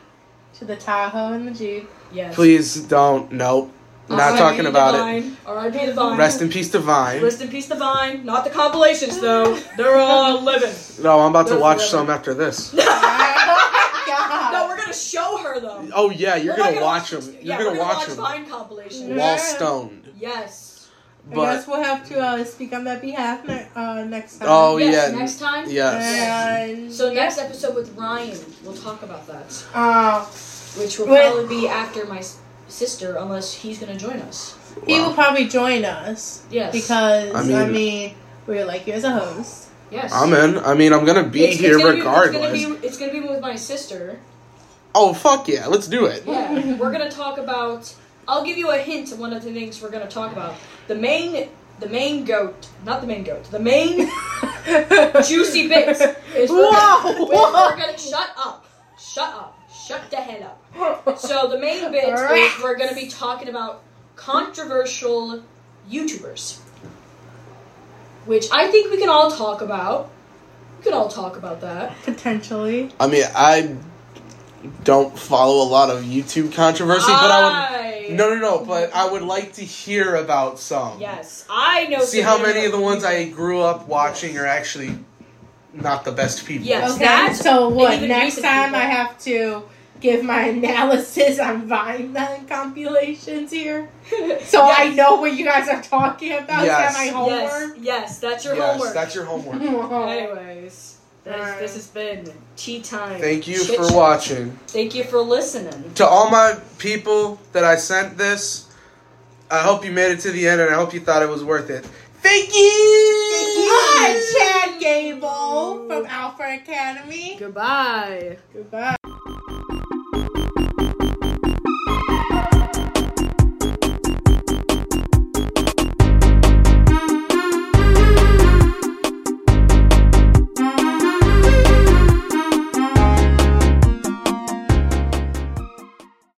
Speaker 3: to the Tahoe and the Jeep. <laughs>
Speaker 1: Yes.
Speaker 4: Please don't. Nope. Not
Speaker 1: R.I.P.
Speaker 4: talking about it.
Speaker 1: Divine. R.I.P. the Vine.
Speaker 4: Rest in peace, Divine.
Speaker 1: Rest in peace, the Vine. Not the compilations though. They're
Speaker 3: <laughs>
Speaker 1: all living.
Speaker 4: No, I'm about to
Speaker 1: Those
Speaker 4: watch
Speaker 1: eleven.
Speaker 4: some after this.
Speaker 1: No,
Speaker 3: oh God.
Speaker 1: we're gonna show her though.
Speaker 4: Oh yeah, you're
Speaker 1: We're not
Speaker 4: gonna, watch them. You're
Speaker 1: yeah,
Speaker 4: gonna,
Speaker 1: we're
Speaker 4: watch,
Speaker 1: watch
Speaker 4: them
Speaker 1: Vine compilations.
Speaker 3: Yeah.
Speaker 4: while stoned.
Speaker 1: Yes.
Speaker 3: I
Speaker 4: But
Speaker 3: guess we'll have to uh, speak on that behalf ne- uh, next time.
Speaker 4: Oh,
Speaker 1: yes,
Speaker 4: yeah.
Speaker 1: Next time.
Speaker 4: yes,
Speaker 3: And,
Speaker 1: So next episode with Ryan, we'll talk about that,
Speaker 3: uh,
Speaker 1: which will
Speaker 3: Wait.
Speaker 1: probably be after my s- sister, unless he's gonna join us.
Speaker 3: he
Speaker 4: Wow.
Speaker 3: will probably join us
Speaker 1: Yes.
Speaker 3: because
Speaker 4: I
Speaker 3: I
Speaker 4: mean-
Speaker 3: mean, we like you as a host.
Speaker 1: yes.
Speaker 4: I'm in. I mean, I'm gonna be
Speaker 1: It's- it's
Speaker 4: here
Speaker 1: gonna
Speaker 4: regardless.
Speaker 1: It's gonna, be, it's gonna be with my
Speaker 3: <laughs>
Speaker 1: sister.
Speaker 4: Oh fuck yeah, let's do it.
Speaker 1: Yeah, we're gonna talk about. I'll give you a hint of one of the things we're gonna talk about. The main, the main goat, not the main goat, the main
Speaker 3: <laughs>
Speaker 1: juicy bits. Is we're
Speaker 3: Whoa,
Speaker 1: Gonna,
Speaker 3: whoa.
Speaker 1: We're gonna shut up, shut up, shut the hell up. So the main bit is we're going to be talking about controversial YouTubers, which I think we can all talk about. We can all talk about that.
Speaker 3: Potentially.
Speaker 4: I mean, I don't follow a lot of YouTube controversy, but I
Speaker 1: I-
Speaker 4: would. No, no, no. But I would like to hear about some.
Speaker 1: Yes, I know.
Speaker 4: See how
Speaker 1: some
Speaker 4: many of the
Speaker 1: <laughs>
Speaker 4: ones I grew up watching are actually not the best people.
Speaker 1: Yes.
Speaker 3: Okay,
Speaker 1: That's-
Speaker 3: so what?
Speaker 1: even
Speaker 3: Next
Speaker 1: recent
Speaker 3: time
Speaker 1: people.
Speaker 3: I have to give my <laughs> analysis on Vine then compilations here. So I know what you guys are talking about.
Speaker 4: Yes.
Speaker 3: Is that my
Speaker 1: Yes,
Speaker 3: homework? Oh.
Speaker 1: yes, that's your
Speaker 4: Yes,
Speaker 1: homework.
Speaker 4: that's
Speaker 1: <laughs>
Speaker 4: your homework.
Speaker 3: <laughs>
Speaker 1: Anyways, that is- this has been tea time.
Speaker 4: Thank you
Speaker 1: Chit
Speaker 4: for
Speaker 1: chat.
Speaker 4: watching.
Speaker 1: Thank you for listening.
Speaker 4: To all my people that I sent this, I hope you made it to the end, and I hope you thought it was worth it. Thank you.
Speaker 3: Hi, Chad Gable from Alpha Academy.
Speaker 1: Goodbye.
Speaker 3: Goodbye.